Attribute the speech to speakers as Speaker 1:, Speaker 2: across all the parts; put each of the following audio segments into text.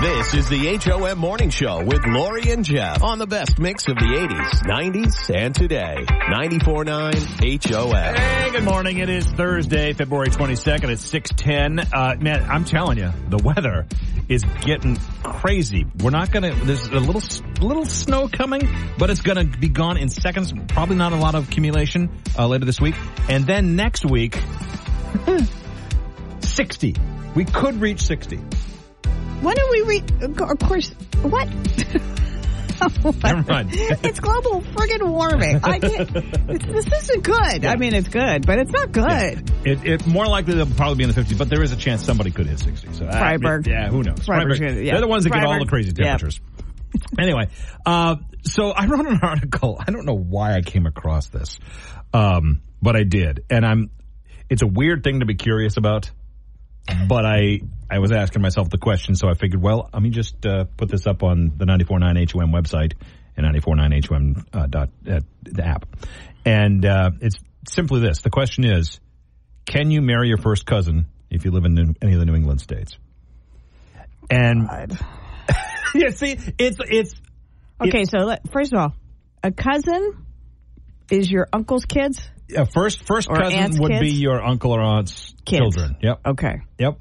Speaker 1: This is the HOM Morning Show with Lori and Jeff on the best mix of the 80s, 90s, and today. 94.9 HOM.
Speaker 2: Hey, good morning. It is Thursday, February 22nd at 6:10. Uh, man, I'm telling you, the weather is getting crazy. We're not gonna. There's a little s- little snow coming, but it's gonna be gone in seconds. Probably not a lot of accumulation uh, later this week, and then next week, 60. We could reach 60.
Speaker 3: When are we re- of course, what? Oh
Speaker 2: Never mind.
Speaker 3: it's global friggin' warming. I can't, it's, this isn't good. I mean, it's good, but it's not good.
Speaker 2: It, it more likely they'll probably be in the 50s, but there is a chance somebody could hit 60. So uh,
Speaker 3: Freiburg.
Speaker 2: yeah, who knows?
Speaker 3: Freiburg's gonna- yeah.
Speaker 2: They're the ones that get all
Speaker 3: Freiburg.
Speaker 2: the crazy
Speaker 3: Yeah.
Speaker 2: temperatures. anyway, uh, so I wrote an article. I don't know why I came across this, um, but I did, and I'm. It's a weird thing to be curious about, but I I was asking myself the question, so I figured, well, let me just uh, put this up on the 949 HOM website and 949 HOM uh, dot uh, the app, and uh, it's simply this: the question is, can you marry your first cousin if you live in New- any of the New England states? And yeah, see, it's it's
Speaker 3: Okay, so let, first of all, a cousin is your uncle's kids.
Speaker 2: a first first
Speaker 3: Or
Speaker 2: cousin
Speaker 3: aunt's
Speaker 2: would be
Speaker 3: kids?
Speaker 2: your uncle or aunt's
Speaker 3: Kids. Oh.
Speaker 2: children. Yep.
Speaker 3: Okay.
Speaker 2: Yep.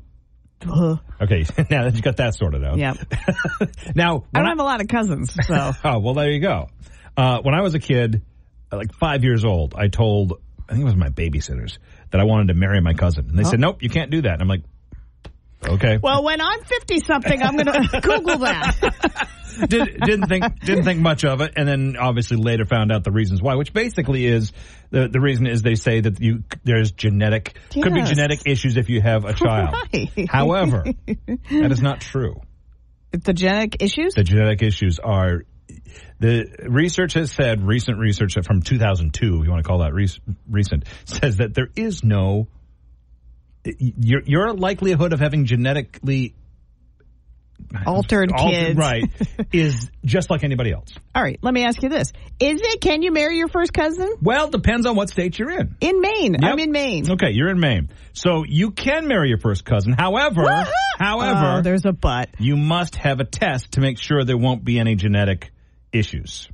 Speaker 3: Ugh.
Speaker 2: Okay. now that you got that sorted out.
Speaker 3: Yeah.
Speaker 2: Now
Speaker 3: I
Speaker 2: when
Speaker 3: don't have a lot of cousins, so.
Speaker 2: Oh, well, there you go. Uh, when I was a kid, uh, like five years old, I told, I think it was my babysitters, that I wanted to marry my cousin. And they
Speaker 3: Oh.
Speaker 2: said, nope, you can't do that. And I'm like, okay.
Speaker 3: Well, when I'm 50 something, I'm going to Google that.
Speaker 2: Did, didn't think, didn't think much of it. And then obviously later found out the reasons why, which basically is the, the reason is they say that you, there's genetic, could be
Speaker 3: Yes.
Speaker 2: genetic issues if you have a child.
Speaker 3: Right.
Speaker 2: However, that is not true.
Speaker 3: the genetic issues?
Speaker 2: the genetic issues are the research has said recent research from 2002 if you want to call that rec- recent says that there is no your your likelihood of having genetically
Speaker 3: Altered
Speaker 2: altered
Speaker 3: kids.
Speaker 2: right is just like anybody else
Speaker 3: All right, let me ask you this. Is it, can you marry your first cousin?
Speaker 2: well depends on what state you're in
Speaker 3: In Maine.
Speaker 2: Yep.
Speaker 3: I'm in Maine.
Speaker 2: okay you're in Maine so you can marry your first cousin however however
Speaker 3: Oh, there's a but.
Speaker 2: you must have a test to make sure there won't be any genetic issues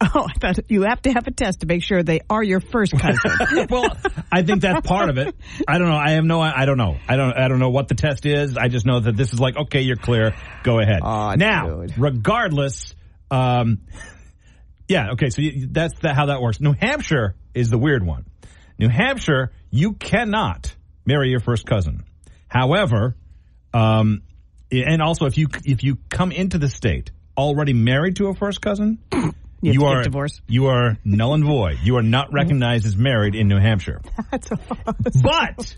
Speaker 3: Oh, I thought you have to have a test to make sure they are your first cousin.
Speaker 2: well, I think that's part of it. I don't know. I have no. I don't know. I don't. I don't know what the test is. I just know that this is like okay, you're clear. Go ahead.
Speaker 3: Aw,
Speaker 2: now,
Speaker 3: dude.
Speaker 2: regardless, um, yeah. Okay, so you, that's the, how that works. New Hampshire is the weird one. New Hampshire, you cannot marry your first cousin. However, um, and also if you if you come into the state already married to a first cousin
Speaker 3: you have to get
Speaker 2: are
Speaker 3: divorced. Mm-hmm.
Speaker 2: You are null and void. You are not recognized as married in New Hampshire.
Speaker 3: That's
Speaker 2: But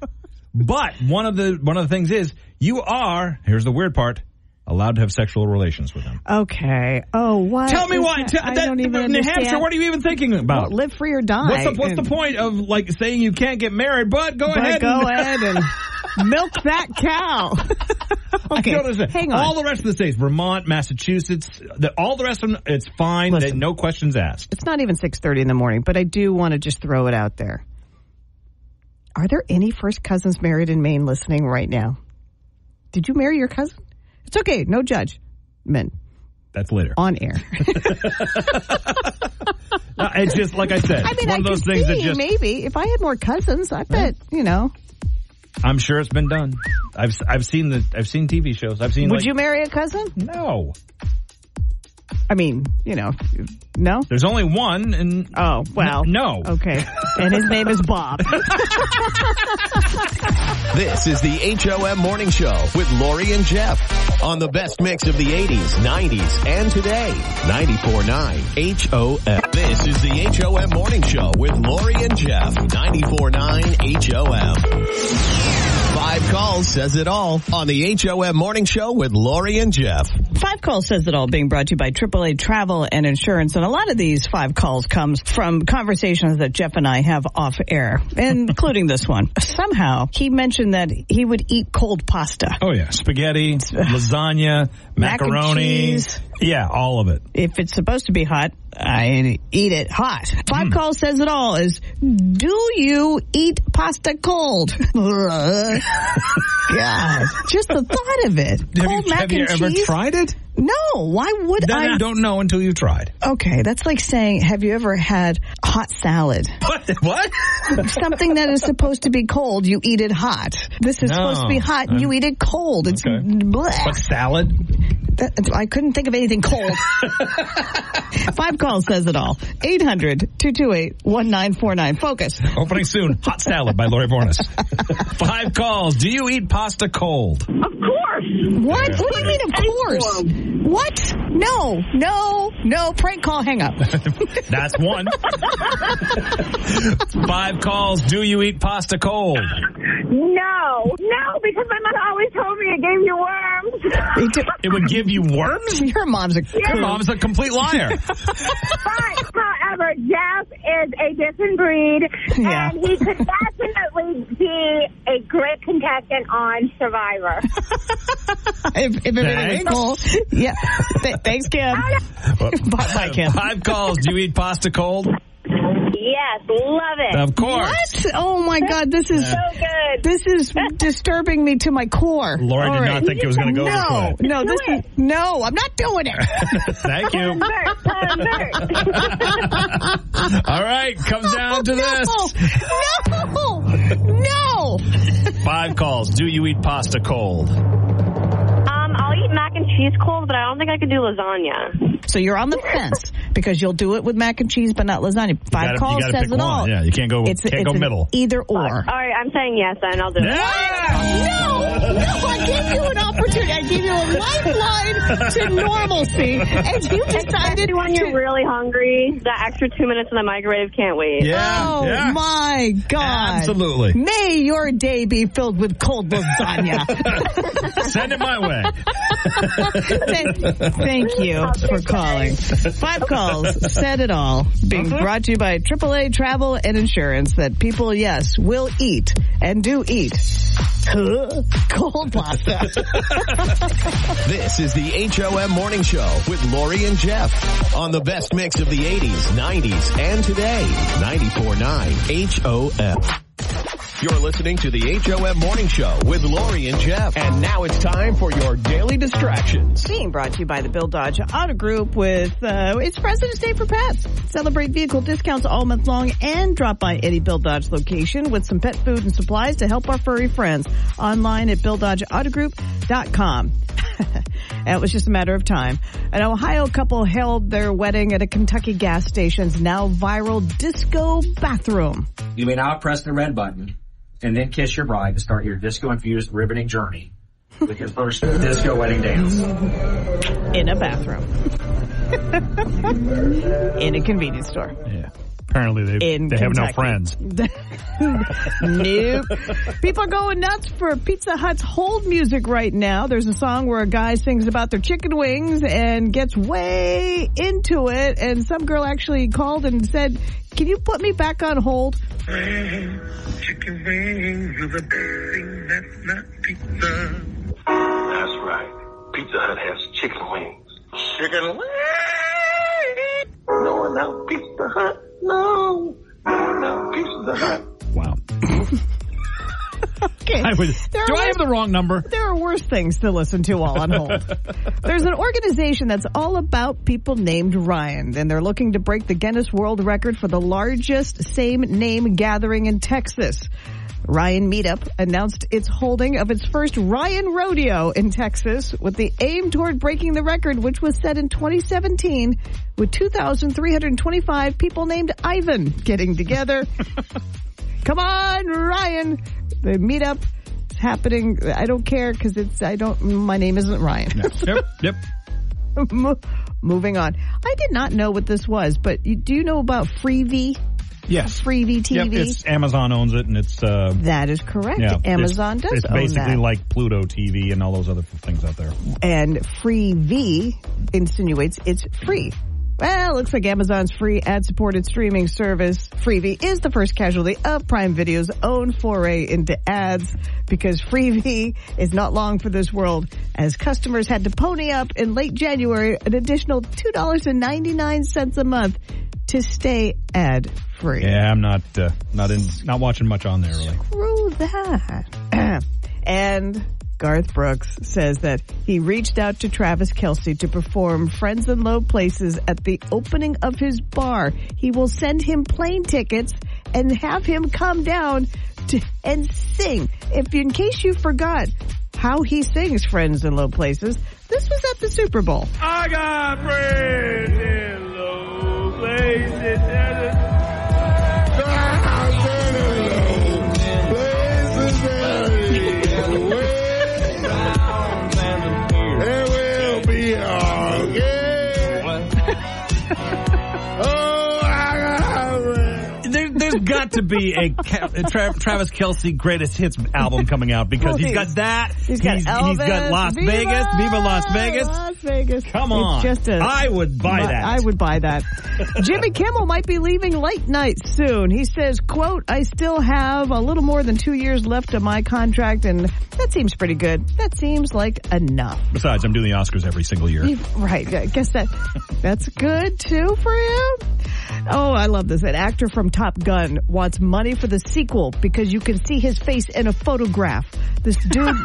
Speaker 2: but one of the one of the things is you are here's the weird part allowed to have sexual relations with them.
Speaker 3: okay. Oh, what?
Speaker 2: Tell me
Speaker 3: is
Speaker 2: why.
Speaker 3: that?
Speaker 2: Tell-
Speaker 3: I
Speaker 2: that-
Speaker 3: don't even
Speaker 2: New
Speaker 3: understand.
Speaker 2: Hampshire. What are you even thinking about?
Speaker 3: Live free or die.
Speaker 2: what's the, what's the
Speaker 3: And-
Speaker 2: point of like saying you can't get married? But go
Speaker 3: But
Speaker 2: ahead.
Speaker 3: go
Speaker 2: and,
Speaker 3: ahead and milk that cow. okay,
Speaker 2: You know what I'm saying?
Speaker 3: hang on.
Speaker 2: All the rest of the states, Vermont, Massachusetts, the, all the rest of them, it's fine. They,
Speaker 3: Listen.
Speaker 2: no questions asked.
Speaker 3: it's not even 6.30 in the morning, but I do want to just throw it out there. Are there any first cousins married in Maine listening right now? Did you marry your cousin? It's okay. No judgment
Speaker 2: That's later.
Speaker 3: on air.
Speaker 2: Uh, it's just like I said.
Speaker 3: I mean,
Speaker 2: one
Speaker 3: I
Speaker 2: of those
Speaker 3: could
Speaker 2: things that
Speaker 3: see,
Speaker 2: just
Speaker 3: maybe if I had more cousins, I bet you know.
Speaker 2: I'm sure it's been done. I've I've seen the I've seen TV shows. I've seen.
Speaker 3: Would
Speaker 2: like-
Speaker 3: you marry a cousin?
Speaker 2: No.
Speaker 3: I mean, you know, no.
Speaker 2: There's only one, and
Speaker 3: Oh well,
Speaker 2: no.
Speaker 3: Okay, and his name is Bob.
Speaker 1: This is the HOM Morning Show with Lori and Jeff on the best mix of the 80s, 90s, and today. 94.9 HOM. This is the HOM Morning Show with Lori and Jeff. 94.9 HOM. Five calls says it all on the HOM Morning Show with Lori and Jeff.
Speaker 3: Five Calls says it all being brought to you by AAA Travel and Insurance. And a lot of these five calls comes from conversations that Jeff and I have off air, including this one. Somehow he mentioned that he would eat cold pasta.
Speaker 2: Oh yeah, spaghetti, lasagna,
Speaker 3: Mac and
Speaker 2: macaroni,
Speaker 3: cheese. Oh,
Speaker 2: Yeah, all of it.
Speaker 3: If it's supposed to be hot, I eat it hot. Five
Speaker 2: Hmm.
Speaker 3: call says it all is do you eat pasta cold? God, just the thought of it.
Speaker 2: Have
Speaker 3: cold
Speaker 2: you,
Speaker 3: mac
Speaker 2: have you
Speaker 3: and
Speaker 2: ever
Speaker 3: cheese?
Speaker 2: tried it?
Speaker 3: No, why would
Speaker 2: Then
Speaker 3: I?
Speaker 2: I don't know until you tried.
Speaker 3: Okay, that's like saying, have you ever had hot salad?
Speaker 2: What? What?
Speaker 3: Something that is supposed to be cold, you eat it hot. This is
Speaker 2: No,
Speaker 3: supposed to be hot, and you eat it cold. It's
Speaker 2: okay.
Speaker 3: bleh.
Speaker 2: But salad?
Speaker 3: That- I couldn't think of anything cold. Five calls says it all. 800-228-1949. Focus.
Speaker 2: Opening soon. Hot salad by Lori Bornas. Five calls. Do you eat pasta cold?
Speaker 4: Of course.
Speaker 3: What? What do you mean, of course? What? No, no, no. Prank call, hang up.
Speaker 2: That's one. Five calls. Do you eat pasta cold?
Speaker 4: No. No, because my mother always told me it gave you worms.
Speaker 3: They do-
Speaker 2: It would give you worms?
Speaker 3: Your mom's a
Speaker 2: Your mom's a complete liar.
Speaker 4: but, however, Jeff is a different breed,
Speaker 3: Yeah.
Speaker 4: and he could definitely be a great contestant on Survivor.
Speaker 3: If, if
Speaker 2: Thanks.
Speaker 3: everything was cold. Yeah. Th- thanks, Kim. Bye, bye, Kim.
Speaker 2: Five calls. Do you eat pasta cold?
Speaker 4: yes, love it.
Speaker 2: Of course.
Speaker 3: What? Oh my God! This is
Speaker 4: so good.
Speaker 3: this is disturbing me to my core.
Speaker 2: Lori
Speaker 3: All
Speaker 2: did
Speaker 3: right.
Speaker 2: not think it was going to go
Speaker 3: No,
Speaker 2: this way.
Speaker 3: no, this is no. I'm not doing it.
Speaker 2: Thank you.
Speaker 4: Convert, convert.
Speaker 2: All right. Comes down to this.
Speaker 3: No, no, no.
Speaker 2: Five calls. Do you eat pasta cold?
Speaker 5: Um, I'll eat mac and cheese cold, but I don't think I could do lasagna.
Speaker 3: So you're on the fence because you'll do it with mac and cheese, but not lasagna. Five
Speaker 2: gotta- you
Speaker 3: calls
Speaker 2: gotta
Speaker 3: says
Speaker 2: pick
Speaker 3: it all.
Speaker 2: one. Yeah, you can't go-
Speaker 3: It's,
Speaker 2: can't
Speaker 3: it's
Speaker 2: go
Speaker 3: an
Speaker 2: middle. Ah!
Speaker 3: Either or.
Speaker 5: All right, I'm saying yes, then I'll do it.
Speaker 3: No, no, I gave you an opportunity. I gave you a lifeline to normalcy, and you decided
Speaker 5: Especially
Speaker 3: to
Speaker 5: when you're really hungry, that extra two minutes in the microwave can't wait.
Speaker 2: Yeah.
Speaker 3: oh
Speaker 2: yeah.
Speaker 3: my God!
Speaker 2: Absolutely.
Speaker 3: May your day be filled with cold lasagna.
Speaker 2: Send it my way.
Speaker 3: thank, thank you for calling. Five calls said it all. Being brought to you by AAA Travel and Insurance. That people, yes, will eat and do eat Huh? cold pasta.
Speaker 1: This is the HOM Morning Show with Lori and Jeff on the best mix of the 80s, 90s, and today. 94.9 HOM. You're listening to the HOM Morning Show with Lori and Jeff. And now it's time for your daily distractions.
Speaker 3: Being brought to you by the Bill Dodge Auto Group with, uh, it's President's Day for pets. Celebrate vehicle discounts all month long and drop by any Bill Dodge location with some pet food and supplies to help our furry friends. Online at BillDodgeAutoGroup.com. and it was just a matter of time. An Ohio couple held their wedding at a Kentucky gas station's now viral disco bathroom.
Speaker 6: You may now press the red button and then kiss your bride to start your disco-infused ribboning journey with your first disco wedding dance.
Speaker 3: In a bathroom. in a convenience store.
Speaker 2: Yeah. Apparently they,
Speaker 3: In
Speaker 2: they have no
Speaker 3: Kentucky.
Speaker 2: friends.
Speaker 3: Nope. People are going nuts for Pizza Hut's hold music right now. There's a song where a guy sings about their chicken wings and gets way into it. And some girl actually called and said, can you put me back on hold?
Speaker 7: Chicken wings are the best thing that's not pizza.
Speaker 8: That's right. Pizza Hut has chicken wings.
Speaker 7: Chicken wings!
Speaker 8: No one out Pizza Hut. No. No one out Pizza Hut.
Speaker 2: Wow.
Speaker 3: Okay.
Speaker 2: I would,
Speaker 3: There
Speaker 2: do I
Speaker 3: was-
Speaker 2: have the wrong number?
Speaker 3: there are worse things to listen to while on hold. There's an organization that's all about people named Ryan, and they're looking to break the Guinness World Record for the largest same name gathering in Texas. Ryan Meetup announced its holding of its first Ryan Rodeo in Texas with the aim toward breaking the record, which was set in 2017 with 2,325 people named Ivan getting together. Come on, Ryan. The meetup is happening. I don't care because it's, I don't, my name isn't Ryan.
Speaker 2: yep. Yep.
Speaker 3: Mo- Moving on. I did not know what this was, but you, do you know about Freevee?
Speaker 2: Yes.
Speaker 3: Freevee
Speaker 2: Yep.
Speaker 3: TV?
Speaker 2: It's Amazon owns it and it's, uh,
Speaker 3: that is correct.
Speaker 2: yeah.
Speaker 3: Amazon
Speaker 2: it's,
Speaker 3: does
Speaker 2: It's
Speaker 3: own
Speaker 2: basically
Speaker 3: that.
Speaker 2: like Pluto TV and all those other things out there.
Speaker 3: and Freevee insinuates it's free. Well, looks like Amazon's free ad-supported streaming service, Freevee, is the first casualty of Prime Video's own foray into ads because Freevee is not long for this world as customers had to pony up in late January an additional $2.99 a month to stay ad-free.
Speaker 2: Yeah, I'm not uh, not in not watching much on there really.
Speaker 3: Screw that. and Garth Brooks says that he reached out to Travis Kelsey to perform Friends in Low Places at the opening of his bar. He will send him plane tickets and have him come down to, and sing. If in case you forgot how he sings Friends in Low Places, this was at the Super Bowl.
Speaker 9: I got friends in low places. that is-
Speaker 2: There, there's got to be a, Ca- a Tra- Travis Kelsey greatest hits album coming out because
Speaker 3: Oh,
Speaker 2: he's got
Speaker 3: he's-
Speaker 2: that.
Speaker 3: He's got Elvis,
Speaker 2: he's got Las
Speaker 3: Viva,
Speaker 2: Vegas, Viva Las Vegas.
Speaker 3: Las Vegas.
Speaker 2: Come
Speaker 3: It's
Speaker 2: on,
Speaker 3: just a
Speaker 2: I would buy
Speaker 3: Bu-
Speaker 2: that.
Speaker 3: I would buy that. Jimmy Kimmel might be leaving late night soon. He says, quote, I still have a little more than two years left of my contract and that seems pretty good. That seems like enough.
Speaker 2: Besides, I'm doing the Oscars every single year.
Speaker 3: He- right. I guess that that's good too for him. Oh, I love this. An actor from Top Gun wants money for the sequel because you can see his face in a photograph. This dude,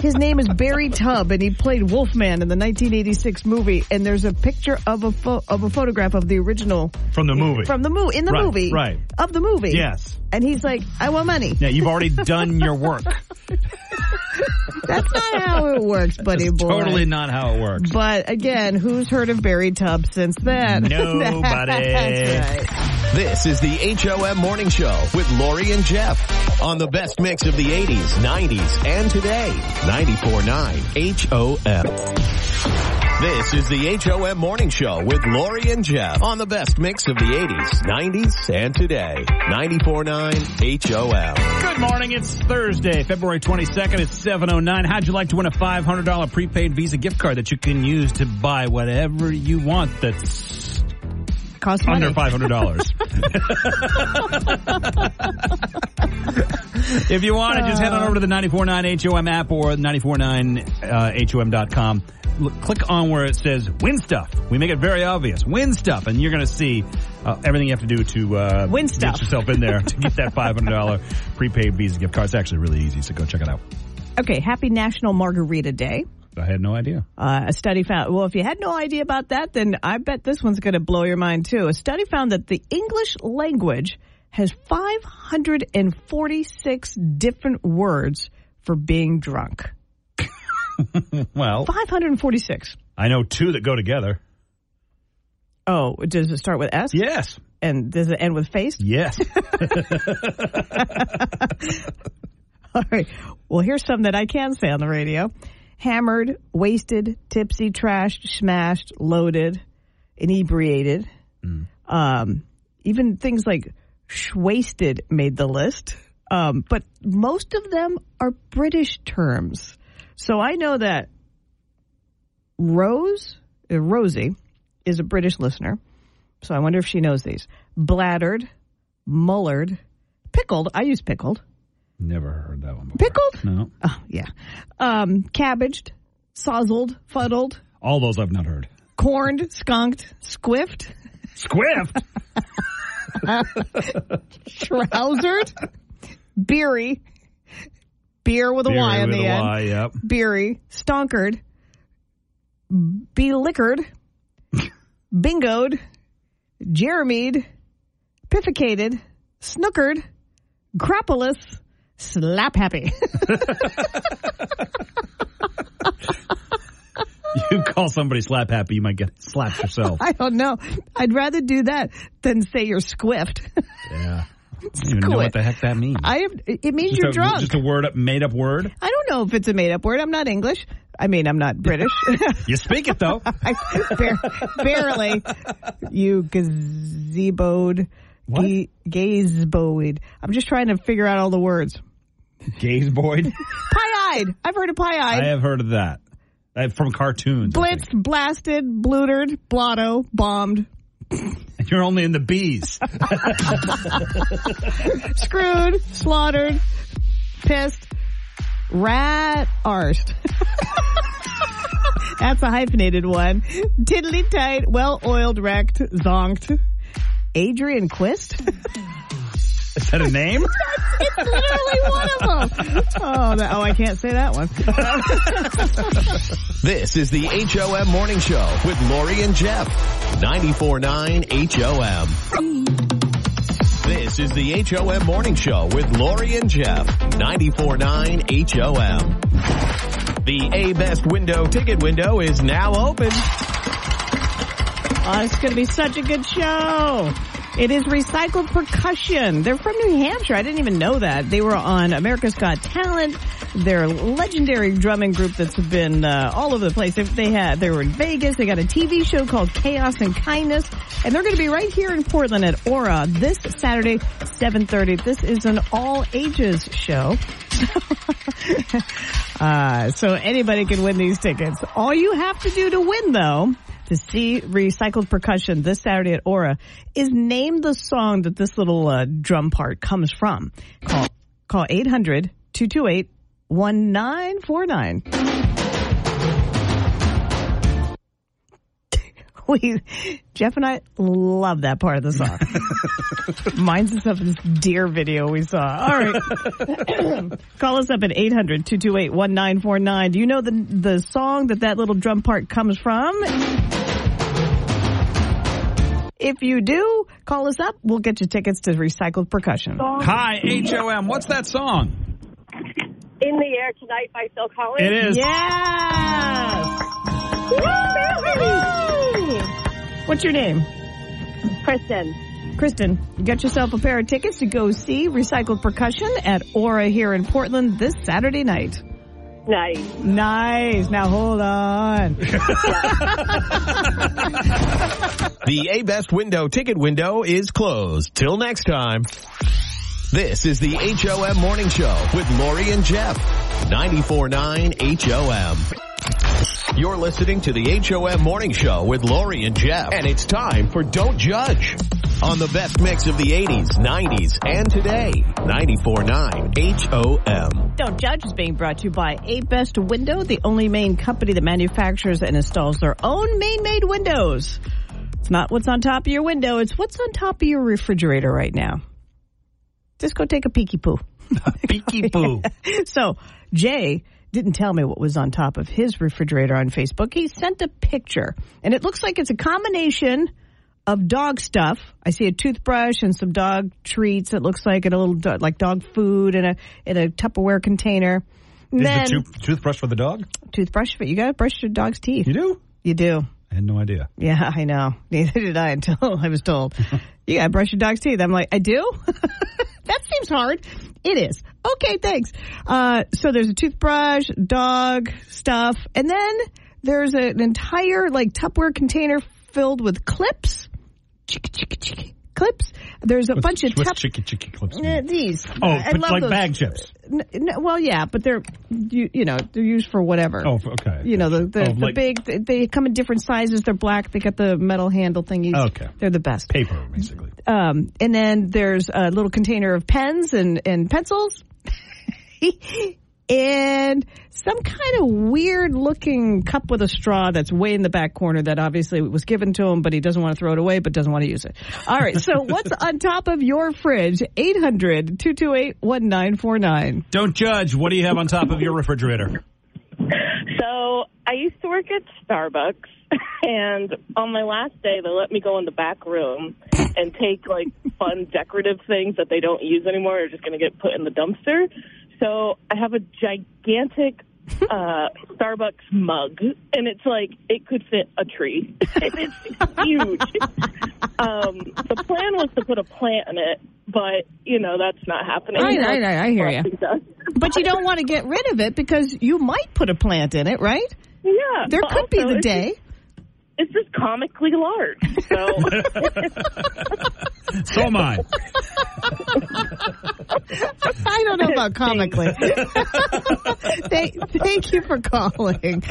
Speaker 3: his name is Barry Tubb, and he played Wolfman in the 1986 movie. And there's a picture of a pho- of a photograph of the original
Speaker 2: From the movie.
Speaker 3: from the movie in the
Speaker 2: Right,
Speaker 3: movie
Speaker 2: right.
Speaker 3: of the movie.
Speaker 2: Yes.
Speaker 3: And he's like, I want money.
Speaker 2: Yeah, you've already done your work.
Speaker 3: That's not how it works, buddy boy.
Speaker 2: totally not how it works.
Speaker 3: But again, who's heard of Barry Tubb since then?
Speaker 2: Nobody.
Speaker 3: That's right.
Speaker 1: This is the HOM Morning Show with Lori and Jeff on the best mix of the 80s, 90s, and today. 94.9 HOM. This is the HOM Morning Show with Lori and Jeff on the best mix of the 80s, 90s, and today. 94.9 HOM.
Speaker 2: Good morning. It's Thursday, February 22nd. It's 7.09. How'd you like to win a $500 prepaid Visa gift card that you can use to buy whatever you want that's
Speaker 3: Cost money.
Speaker 2: under $500? if you want it, just head on over to the 94.9 HOM app or uh, 949HOM.com. Look, click on where it says win stuff. We make it very obvious. Win stuff. And you're going to see uh, everything you have to do to uh,
Speaker 3: Win
Speaker 2: get
Speaker 3: stuff.
Speaker 2: yourself in there to get that $500 prepaid Visa gift card. It's actually really easy, so go check it out.
Speaker 3: Okay, happy National Margarita Day.
Speaker 2: I had no idea.
Speaker 3: Uh, a study found, well, if you had no idea about that, then I bet this one's going to blow your mind too. A study found that the English language has 546 different words for being drunk.
Speaker 2: Well,
Speaker 3: 546.
Speaker 2: I know two that go together.
Speaker 3: Oh, does it start with S?
Speaker 2: Yes.
Speaker 3: And does it end with face?
Speaker 2: Yes.
Speaker 3: All right. Well, here's some that I can say on the radio. Hammered, wasted, tipsy, trashed, smashed, loaded, inebriated. Um, even things like wasted made the list. Um, but most of them are British terms. So I know that Rose, uh, Rosie is a British listener. So I wonder if she knows these. Bladdered, mullered, pickled. I use pickled.
Speaker 2: Never heard that one before.
Speaker 3: Pickled?
Speaker 2: No.
Speaker 3: Oh, yeah. Um, cabbaged, sozzled, fuddled,
Speaker 2: All those I've not heard.
Speaker 3: corned, skunked, squiffed,
Speaker 2: Squift.
Speaker 3: trousered, beery, beer with a Y on the end,
Speaker 2: Y, yep.
Speaker 3: beery, stonkered, beliquored, bingoed, jeremied, pifficated, snookered, crapulous, slap happy.
Speaker 2: You call somebody slap happy, you might get slapped yourself.
Speaker 3: I don't know. I'd rather do that than say you're squiffed.
Speaker 2: yeah. I don't even know
Speaker 3: Squid.
Speaker 2: what the heck that means.
Speaker 3: I have, it means
Speaker 2: just
Speaker 3: you're
Speaker 2: a,
Speaker 3: drunk.
Speaker 2: Just a word up, made up word.
Speaker 3: I don't know if it's a made up word. I'm not English. I mean, I'm not British.
Speaker 2: You speak it though.
Speaker 3: I, bar- barely. You gazeboed.
Speaker 2: What?
Speaker 3: Ga- gazeboed. I'm just trying to figure out all the words.
Speaker 2: Gaze Boyd.
Speaker 3: Pie eyed. I've heard of pie
Speaker 2: I
Speaker 3: eyed.
Speaker 2: have heard of that. Uh, from cartoons. I think.
Speaker 3: Blitzed, blasted, blutered, blotto, bombed,
Speaker 2: You're only in the B's.
Speaker 3: screwed, slaughtered, pissed, rat arsed. That's a hyphenated one. Tiddly tight, well oiled, wrecked, zonked. Adrian Quist?
Speaker 2: Is that a name?
Speaker 3: it's literally one of them. Oh, that, oh, I can't say that one.
Speaker 1: This is the HOM Morning Show with Lori and Jeff. 94.9 HOM. This is the HOM Morning Show with Lori and Jeff. 94.9 HOM. The A Best Window ticket window is now open.
Speaker 3: Oh, it's going to be such a good show. It is recycled percussion. They're from New Hampshire. I didn't even know that. They were on America's Got Talent. They're a legendary drumming group that's been uh, all over the place. They, they had they were in Vegas. They got a TV show called Chaos and Kindness, and they're going to be right here in Portland at Aura this Saturday, 7:30. This is an all ages show. Uh, so anybody can win these tickets. All you have to do to win though, to see recycled percussion this Saturday at Aura, is name the song that this little uh, drum part comes from. Call, call 800-228-1949. We, Jeff and I love that part of the song. Mine's us up this deer video we saw. All right. Call us up at 800-228-1949. Do you know the the song that that little drum part comes from? If you do, call us up. We'll get you tickets to Recycled Percussion.
Speaker 2: Hi, HOM. What's that song?
Speaker 5: In the Air Tonight by Phil Collins.
Speaker 2: It is.
Speaker 3: Yes! Woo! What's your name?
Speaker 5: Kristen.
Speaker 3: Kristen, get yourself a pair of tickets to go see Recycled Percussion at Aura here in Portland this Saturday night.
Speaker 5: Nice.
Speaker 3: Nice. Now hold on.
Speaker 1: The A Best Window ticket window is closed. Till next time. This is the HOM Morning Show with Lori and Jeff. 94.9 HOM. You're listening to the HOM Morning Show with Lori and Jeff. And it's time for Don't Judge. On the best mix of the 80s, 90s, and today. 94.9 HOM.
Speaker 3: Don't Judge is being brought to you by A Best Window, the only main company that manufactures and installs their own main-made windows. It's not what's on top of your window, it's what's on top of your refrigerator right now. Just go take a peeky poo.
Speaker 2: Beaky Boo.
Speaker 3: So Jay didn't tell me what was on top of his refrigerator on Facebook. He sent a picture, and it looks like it's a combination of dog stuff. I see a toothbrush and some dog treats. It looks like and a little do- like dog food in a in a Tupperware container. And
Speaker 2: Is
Speaker 3: then
Speaker 2: the tooth- toothbrush for the dog?
Speaker 3: toothbrush, but you got to brush your dog's teeth.
Speaker 2: You do?
Speaker 3: You do.
Speaker 2: I had no idea.
Speaker 3: Yeah, I know. Neither did I until I was told. You gotta brush your dog's teeth. I'm like, I do? that seems hard. It is. Okay, thanks. Uh, so there's a toothbrush, dog stuff, and then there's a- an entire like Tupperware container filled with clips. Chicky, chicky, chicky. Clips. There's a bunch of
Speaker 2: What's
Speaker 3: tup-
Speaker 2: chicky chicky clips?
Speaker 3: Eh,
Speaker 2: mean?
Speaker 3: these.
Speaker 2: Oh,
Speaker 3: I
Speaker 2: but
Speaker 3: love
Speaker 2: like
Speaker 3: those.
Speaker 2: bag chips.
Speaker 3: N- n- well, yeah, but they're you, you know they're used for whatever
Speaker 2: Oh, f- okay.
Speaker 3: you know the the,
Speaker 2: Oh,
Speaker 3: the
Speaker 2: like-
Speaker 3: big they- they come in different sizes they're black they got the metal handle thingies
Speaker 2: Okay.
Speaker 3: they're the best
Speaker 2: Paper, basically.
Speaker 3: um and then there's a little container of pens and and pencils and some kind of weird looking cup with a straw that's way in the back corner that obviously was given to him but he doesn't want to throw it away but doesn't want to use it all right so what's on top of your fridge 800-228-1949
Speaker 2: Don't judge. What do you have on top of your refrigerator?
Speaker 5: So I used to work at Starbucks, and on my last day, they let me go in the back room and take like fun decorative things that they don't use anymore are just going to get put in the dumpster. So I have a gigantic uh, Starbucks mug, and it's like it could fit a tree. it's huge. um, the plan was to put a plant in it, but you know that's not happening.
Speaker 3: Right, right, right. I hear ya. but you don't want to get rid of it because you might put a plant in it right
Speaker 5: Yeah,
Speaker 3: There
Speaker 5: but
Speaker 3: could be
Speaker 5: also
Speaker 3: the
Speaker 5: it's just-
Speaker 3: day.
Speaker 5: it's just comically large. So
Speaker 2: So am I.
Speaker 3: I don't know about comically. thank, thank you for calling.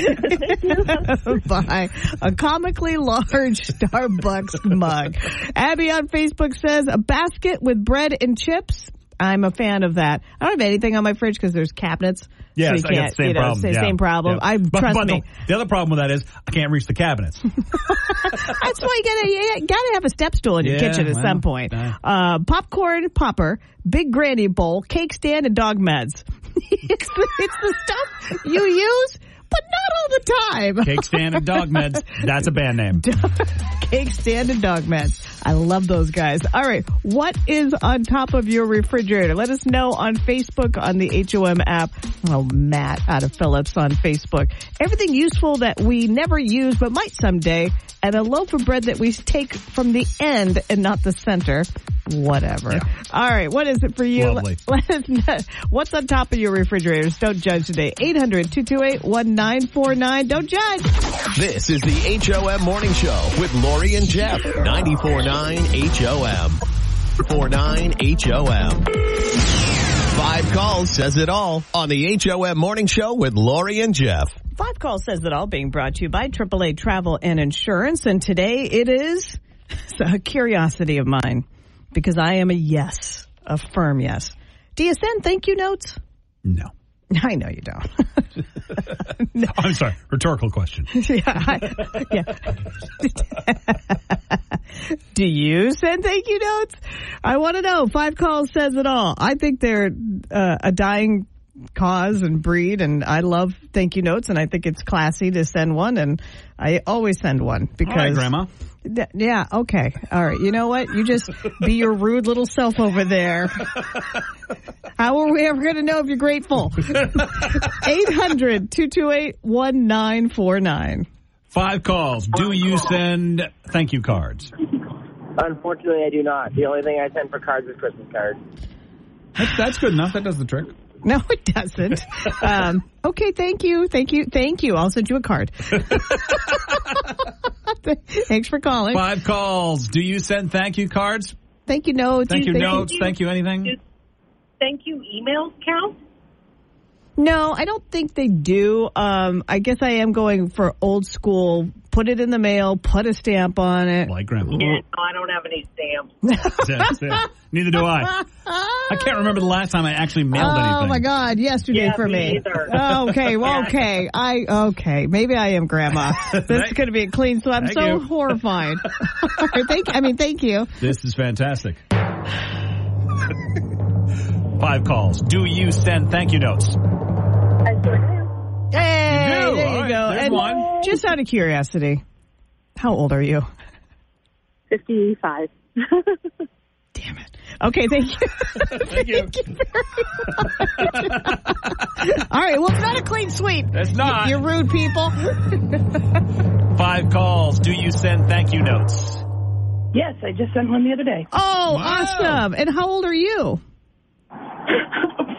Speaker 3: Bye. A comically large Starbucks mug. Abby on Facebook says a basket with bread and chips. I'm a fan of that. I don't have anything on my fridge because there's cabinets.
Speaker 2: Yes,
Speaker 3: so you
Speaker 2: I
Speaker 3: can't,
Speaker 2: got the same
Speaker 3: you know,
Speaker 2: problem.
Speaker 3: say
Speaker 2: yeah.
Speaker 3: Same problem.
Speaker 2: Yeah.
Speaker 3: I
Speaker 2: but,
Speaker 3: trust
Speaker 2: but The,
Speaker 3: me.
Speaker 2: the other problem with that is I can't reach the cabinets.
Speaker 3: That's why you gotta you gotta have a step stool in your
Speaker 2: Yeah,
Speaker 3: kitchen at
Speaker 2: well,
Speaker 3: some point.
Speaker 2: yeah.
Speaker 3: Uh, popcorn popper, big granny bowl, cake stand, and dog meds. it's, the, it's the stuff you use, but not all the time.
Speaker 2: Cake stand and dog meds. That's a band name.
Speaker 3: Cake stand and dog meds. I love those guys. All right, what is on top of your refrigerator? Let us know on Facebook on the HOM app. Well, Matt out of Phillips on Facebook. Everything useful that we never use but might someday, and a loaf of bread that we take from the end and not the center. Whatever. All right, what is it for you?
Speaker 2: Lovely.
Speaker 3: Let us know what's on top of your refrigerators. Don't judge today. 800-228-1949. Don't judge.
Speaker 1: This is the HOM Morning Show with Lori and Jeff. 94.9 HOM. 4.9 HOM. Five calls says it all on the HOM Morning Show with Lori and Jeff.
Speaker 3: Five Call says that all being brought to you by AAA Travel and Insurance, and today it is a curiosity of mine because I am a yes, a firm yes. Do you send thank you notes?
Speaker 2: No.
Speaker 3: I know you don't.
Speaker 2: I'm sorry. Rhetorical question.
Speaker 3: yeah, I- yeah. Do you send thank you notes? I want to know. Five calls says it all. I think they're uh, a dying cause and breed, and I love thank you notes, and I think it's classy to send one, and I always send one because.
Speaker 2: All right, Grandma.
Speaker 3: Th- Yeah, okay. All right. You know what? You just be your rude little self over there. How are we ever going to know if you're grateful? 800 228 1949.
Speaker 2: Five calls. Do you send thank you cards?
Speaker 10: Unfortunately, I do not. The only thing I send for cards is Christmas cards.
Speaker 2: That's, that's good enough. That does the trick.
Speaker 3: No, it doesn't. Um, okay, thank you. Thank you. Thank you. I'll send you a card. Thanks for calling.
Speaker 2: Five calls. Do you send thank you cards?
Speaker 3: Thank you, notes.
Speaker 2: Thank you notes.
Speaker 3: you-
Speaker 2: Thank you anything.
Speaker 4: Thank you. Emails count.
Speaker 3: No, I don't think they do. Um, I guess I am going for old school. Put it in the mail, put a stamp on it.
Speaker 2: Like Grandma.
Speaker 4: Yeah, no, I don't have any stamps.
Speaker 2: Yes, yes. Neither do I. I can't remember the last time I actually mailed
Speaker 3: oh
Speaker 2: anything.
Speaker 3: my god, yesterday
Speaker 4: Yeah,
Speaker 3: for
Speaker 4: me
Speaker 3: me.
Speaker 4: either.
Speaker 3: Oh, okay, well, okay. I okay. Maybe I am grandma. This is
Speaker 2: Thank-
Speaker 3: going to be a clean sweep. I'm
Speaker 2: Thank
Speaker 3: so
Speaker 2: you.
Speaker 3: horrified. thank I mean, thank you.
Speaker 2: This is fantastic. Five calls. Do you send thank you notes?
Speaker 4: I sure do.
Speaker 3: Hey,
Speaker 2: You do.
Speaker 3: there
Speaker 2: All
Speaker 3: you
Speaker 2: right,
Speaker 3: go.
Speaker 2: there's
Speaker 3: and
Speaker 2: one.
Speaker 3: just out of curiosity, how old are you?
Speaker 5: 55.
Speaker 3: Damn it. Okay, thank you. thank you. very much. All right, well, it's not a clean sweep.
Speaker 2: It's not.
Speaker 3: You're rude people.
Speaker 2: Five calls. Do you send thank you notes?
Speaker 5: Yes, I just sent one the other day.
Speaker 3: Oh, awesome. And how old are you?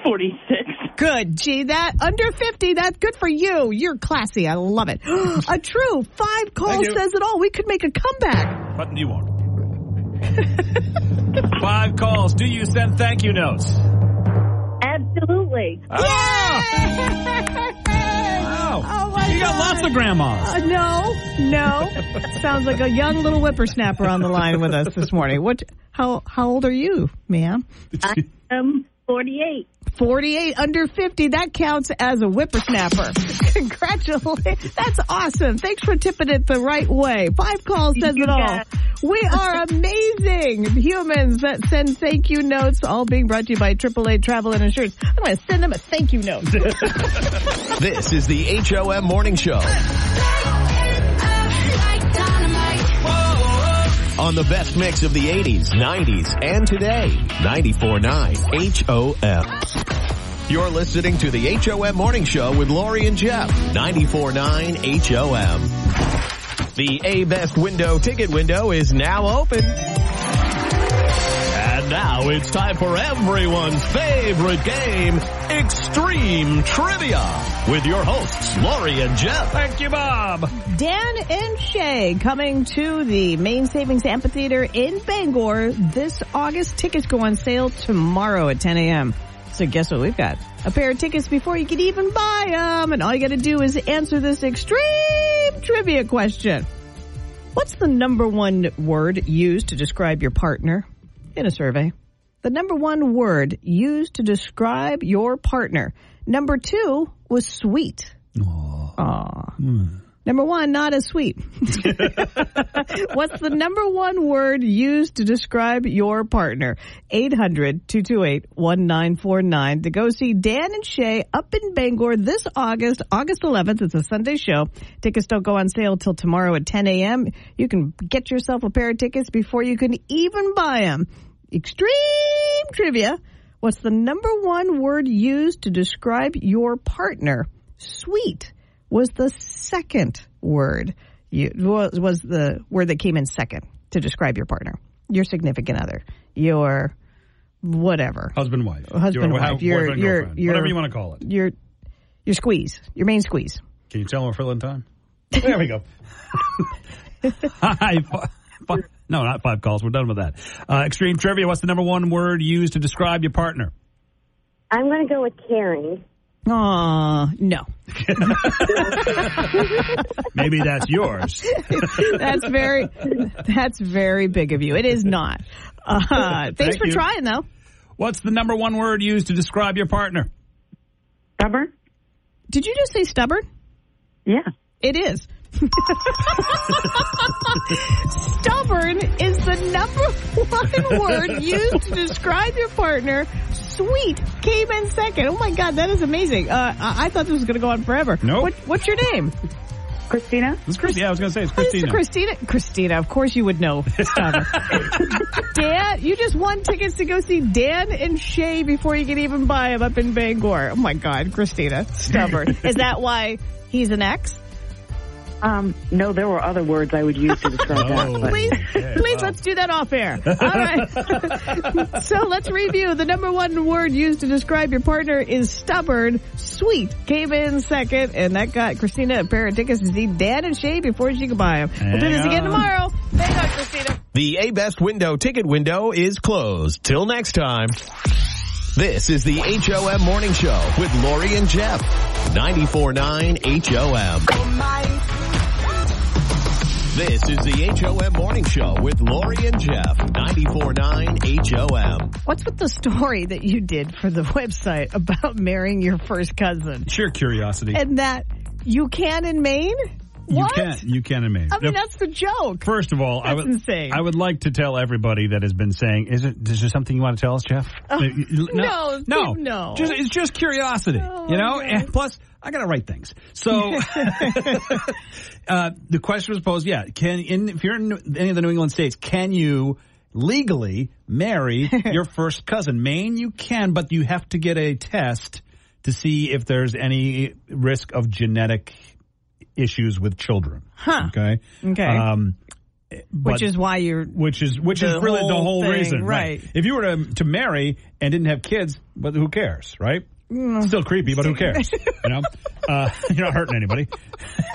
Speaker 5: 46.
Speaker 3: Good. Gee, that under 50, that's good for you. You're classy. I love it. a true five call
Speaker 2: Thank you.
Speaker 3: says it all. We could make a comeback.
Speaker 2: But you won't. Five calls. Do you send thank you notes?
Speaker 4: Absolutely.
Speaker 3: Ah!
Speaker 2: Wow.
Speaker 3: Oh, my
Speaker 2: You got
Speaker 3: God.
Speaker 2: lots of grandmas.
Speaker 3: Uh, no, no. Sounds like a young little whippersnapper on the line with us this morning. What? How how old are you, ma'am?
Speaker 4: Um, 48.
Speaker 3: 48 under 50 that counts as a whippersnapper congratulations that's awesome thanks for tipping it the right way five calls says it all
Speaker 4: Yeah.
Speaker 3: we are amazing humans that send thank you notes all being brought to you by aaa travel and insurance i'm going to send them a thank you note
Speaker 1: This is the HOM Morning Show. On the best mix of the 80s, 90s, and today, 94.9 HOM. You're listening to the HOM Morning Show with Lori and Jeff, 94.9 HOM. The A Best window ticket window is now open. And now it's time for everyone's favorite game. Extreme Trivia with your hosts, Lori and Jeff.
Speaker 2: Thank you, Bob.
Speaker 3: Dan and Shay coming to the Main Savings Amphitheater in Bangor this August. Tickets go on sale tomorrow at 10 a.m. So guess what we've got? A pair of tickets before you can even buy them. And all you got to do is answer this extreme trivia question. What's the number one word used to describe your partner in a survey? The number one word used to describe your partner. Number two was sweet. Aw. Number one, not as sweet. What's the number one word used to describe your partner? 800 228 1949 to go see Dan and Shay up in Bangor this August, August 11th. It's a Sunday show. Tickets don't go on sale till tomorrow at 10 a.m. You can get yourself a pair of tickets before you can even buy them. Extreme trivia. What's the number one word used to describe your partner? Sweet was the second word you was, was the word that came in second to describe your partner, your significant other, your whatever
Speaker 2: Husband, wife. Your-
Speaker 3: husband, wife, your
Speaker 2: boyfriend,
Speaker 3: your
Speaker 2: girlfriend,
Speaker 3: your
Speaker 2: whatever you want to call it.
Speaker 3: your your squeeze, your main squeeze.
Speaker 2: Can you tell them we're filling time? There we go. Hi. fi- fi- no, not five calls. We're done with that. Uh, extreme trivia. What's the number one word used to describe your partner?
Speaker 4: I'm going to go with caring.
Speaker 3: Aw, no,
Speaker 2: Maybe that's yours.
Speaker 3: that's very that's very big of you. It is not. Uh, thanks
Speaker 2: Thank
Speaker 3: for
Speaker 2: you.
Speaker 3: trying though.
Speaker 2: What's the number one word used to describe your partner?
Speaker 11: Stubborn?
Speaker 3: Did you just say stubborn?
Speaker 11: Yeah.
Speaker 3: It is. Stubborn is the number one word used to describe your partner. Sweet came in second. Oh my God, that is amazing. Uh, I-, I thought this was going to go on forever.
Speaker 2: Nope.
Speaker 3: What- what's your name?
Speaker 11: Christina?
Speaker 2: It's Christina. Yeah, I was going to say it's
Speaker 3: This is
Speaker 2: Christina.
Speaker 3: Christina. Christina, of course you would know. Stubborn. Dan, you just won tickets to go see Dan and Shay before you can even buy them up in Bangor. Oh my God, Christina. Stubborn. is that why he's an ex?
Speaker 11: Um, no, there were other words I would use to describe that.
Speaker 2: Oh,
Speaker 11: But
Speaker 3: please, please, let's do that off air. All right. so let's review. The number one word used to describe your partner is stubborn. Sweet came in second, and that got Christina a pair of tickets to see Dan and Shay before she could buy them. We'll do
Speaker 2: Hang
Speaker 3: this again
Speaker 2: on.
Speaker 3: tomorrow. Hang on, Christina.
Speaker 1: The A Best window ticket window is closed. Till next time. This is the HOM Morning Show with Lori and Jeff. 94.9 HOM. This is the HOM Morning Show with Lori and Jeff. 94.9 HOM.
Speaker 3: What's with the story that you did for the website about marrying your first cousin?
Speaker 2: Sheer curiosity.
Speaker 3: And that you can in Maine?
Speaker 2: you
Speaker 3: What?
Speaker 2: can't. You can't imagine.
Speaker 3: I mean, that's the joke.
Speaker 2: First of all, I
Speaker 3: That's
Speaker 2: would
Speaker 3: insane.
Speaker 2: I would like to tell everybody that has been saying, "Is it? Is there something you want to tell us, Jeff?"
Speaker 3: Oh, no,
Speaker 2: no,
Speaker 3: Steve, no.
Speaker 2: Just, it's just curiosity,
Speaker 3: Oh,
Speaker 2: you know.
Speaker 3: yes.
Speaker 2: And plus, I got to write things. So uh, the question was posed: Yeah, can in, if you're in any of the New England states, can you legally marry your first cousin? Maine, you can, but you have to get a test to see if there's any risk of genetic issues with children.
Speaker 3: Huh.
Speaker 2: Okay.
Speaker 3: Okay.
Speaker 2: Um,
Speaker 3: Which
Speaker 2: but-
Speaker 3: is why you're
Speaker 2: which is which
Speaker 3: The
Speaker 2: is really the
Speaker 3: whole
Speaker 2: whole
Speaker 3: thing,
Speaker 2: reason,
Speaker 3: right.
Speaker 2: If you were to to marry and didn't have kids, but who cares, right?
Speaker 3: Mm.
Speaker 2: Still creepy, but who cares? you know, uh, you're not hurting anybody.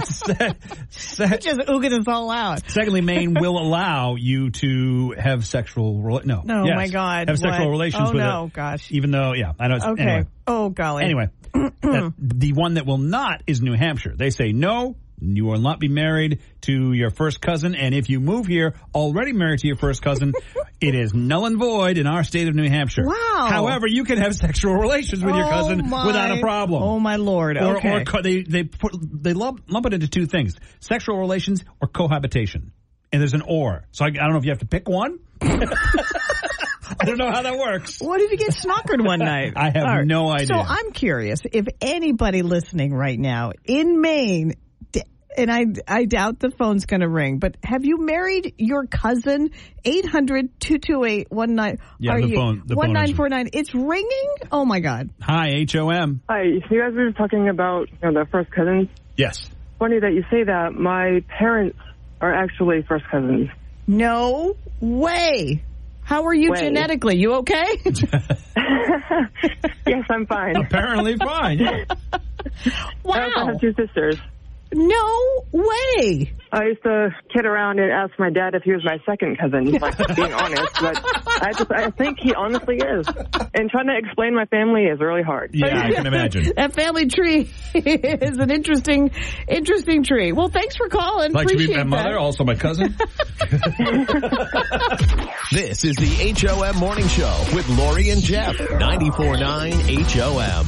Speaker 2: Se- se-
Speaker 3: just ooga this all out.
Speaker 2: Secondly, Maine will allow you to have sexual rela- no,
Speaker 3: Oh,
Speaker 2: Yes.
Speaker 3: my God,
Speaker 2: have sexual
Speaker 3: what?
Speaker 2: relations
Speaker 3: Oh,
Speaker 2: with
Speaker 3: no,
Speaker 2: a-
Speaker 3: gosh.
Speaker 2: even though yeah, I know. It's,
Speaker 3: Okay.
Speaker 2: Anyway,
Speaker 3: Oh golly.
Speaker 2: Anyway, that- the one that will not is New Hampshire. They say no. You will not be married to your first cousin, and if you move here already married to your first cousin, it is null and void in our state of New Hampshire.
Speaker 3: Wow.
Speaker 2: However, you can have sexual relations with your
Speaker 3: Oh,
Speaker 2: cousin
Speaker 3: my-
Speaker 2: without a problem.
Speaker 3: Oh my lord.
Speaker 2: Or,
Speaker 3: okay.
Speaker 2: or co- they they put they lump, lump it into two things: sexual relations or cohabitation. And there's an or, so I, I don't know if you have to pick one. I don't know how that works.
Speaker 3: what if you get snockered one night?
Speaker 2: I have
Speaker 3: All right.
Speaker 2: no idea.
Speaker 3: So I'm curious if anybody listening right now in Maine, d- and I, I doubt the phone's going to ring, but have you married your cousin? 800 228
Speaker 2: Yeah, the phone- the phone is-
Speaker 3: 1949. It's ringing? Oh my God.
Speaker 2: Hi, HOM.
Speaker 12: Hi, so you guys were talking about you know, the first cousins.
Speaker 2: Yes.
Speaker 12: Funny that you say that. My parents are actually first cousins.
Speaker 3: No way. How are you
Speaker 12: Way.
Speaker 3: genetically? You okay?
Speaker 12: yes, I'm fine.
Speaker 2: Apparently fine.
Speaker 12: I also have two sisters.
Speaker 3: No way.
Speaker 12: I used to kid around and ask my dad if he was my second cousin, like being honest. But I just I think he honestly is. And trying to explain my family is really hard.
Speaker 2: Yeah, I can imagine.
Speaker 3: that family tree is an interesting, interesting tree. Well, thanks for calling.
Speaker 2: Like to
Speaker 3: Appreciate
Speaker 2: meet my
Speaker 3: that.
Speaker 2: mother, also my cousin.
Speaker 1: This is the HOM Morning Show with Lori and Jeff. 94.9 HOM.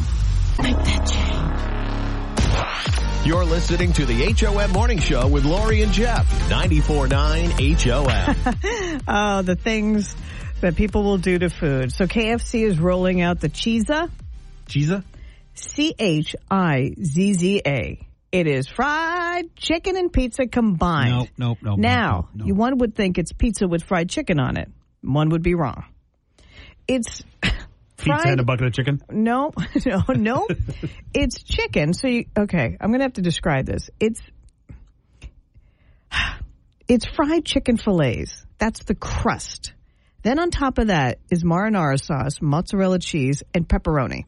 Speaker 1: You're listening to the HOM Morning Show with Lori and Jeff. 94.9 HOM.
Speaker 3: oh, the things that people will do to food. So KFC is rolling out the Chiza.
Speaker 2: Chiza?
Speaker 3: C H I Z Z A. It is fried chicken and pizza combined.
Speaker 2: Nope, nope, nope,
Speaker 3: Now, you one would think it's pizza with fried chicken on it. One would be wrong. It's
Speaker 2: Pizza
Speaker 3: fried
Speaker 2: and a bucket of chicken.
Speaker 3: no, no, no. it's chicken. So you okay? I'm gonna have to describe this. It's it's fried chicken fillets. That's the crust. Then on top of that is marinara sauce, mozzarella cheese, and pepperoni.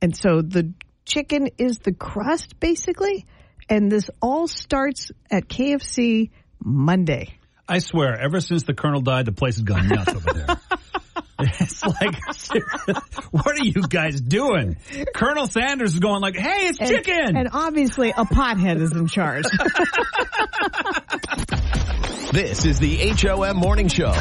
Speaker 3: And so the chicken is the crust basically. And this all starts at KFC Monday.
Speaker 2: I swear, ever since the colonel died, the place has gone nuts over there. It's like, what are you guys doing? Colonel Sanders is going like, "Hey, it's
Speaker 3: And-
Speaker 2: chicken."
Speaker 3: And obviously a pothead is in charge.
Speaker 1: This is the HOM Morning Show.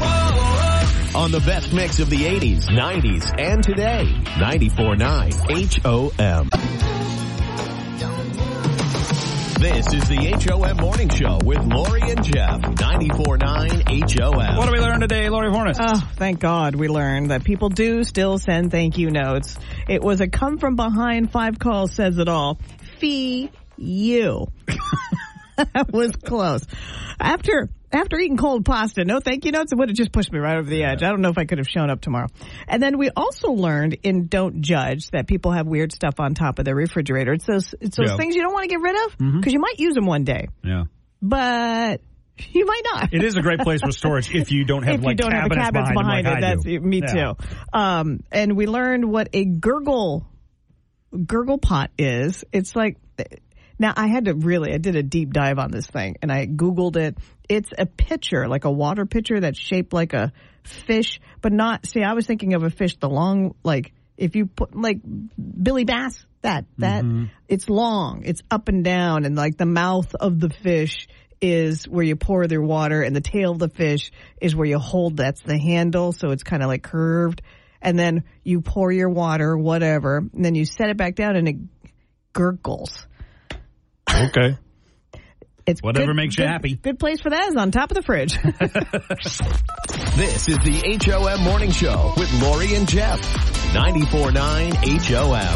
Speaker 1: On the best mix of the 80s, 90s, and today, 94.9 HOM. This is the HOM Morning Show with Lori and Jeff. 94.9 HOM.
Speaker 2: what do we learn today, Lori Hornets?
Speaker 3: Oh, thank God we learned that people do still send thank you notes. It was a come from behind five call says it all. Fee you. that was close. After after eating cold pasta, no thank you notes, it would have just pushed me right over the edge. I don't know if I could have shown up tomorrow. And then we also learned in Don't Judge that people have weird stuff on top of their refrigerator. It's those it's those
Speaker 2: Yeah.
Speaker 3: things you don't want to get rid of because you might use them one day,
Speaker 2: yeah.
Speaker 3: but you might not.
Speaker 2: It is a great place for storage if you don't have
Speaker 3: if
Speaker 2: like
Speaker 3: you don't have the
Speaker 2: cabinets
Speaker 3: cabinets
Speaker 2: behind,
Speaker 3: behind,
Speaker 2: them like I
Speaker 3: it,
Speaker 2: do.
Speaker 3: that's me
Speaker 2: Yeah.
Speaker 3: too. Um, and we learned what a gurgle gurgle pot is. It's like now I had to really I did a deep dive on this thing and I googled it. It's a pitcher, like a water pitcher that's shaped like a fish, but not. See, I was thinking of a fish the long like if you put like Billy Bass that that it's long, it's up and down, and like the mouth of the fish is where you pour their water, and the tail of the fish is where you hold. That's the handle, so it's kind of like curved. And then you pour your water, whatever, and then you set it back down, and it gurgles.
Speaker 2: Okay.
Speaker 3: It's
Speaker 2: Whatever
Speaker 3: good-
Speaker 2: makes you
Speaker 3: good-
Speaker 2: happy.
Speaker 3: Good place for that is on top of the fridge.
Speaker 1: This is the HOM Morning Show with Lori and Jeff. 94.9 HOM.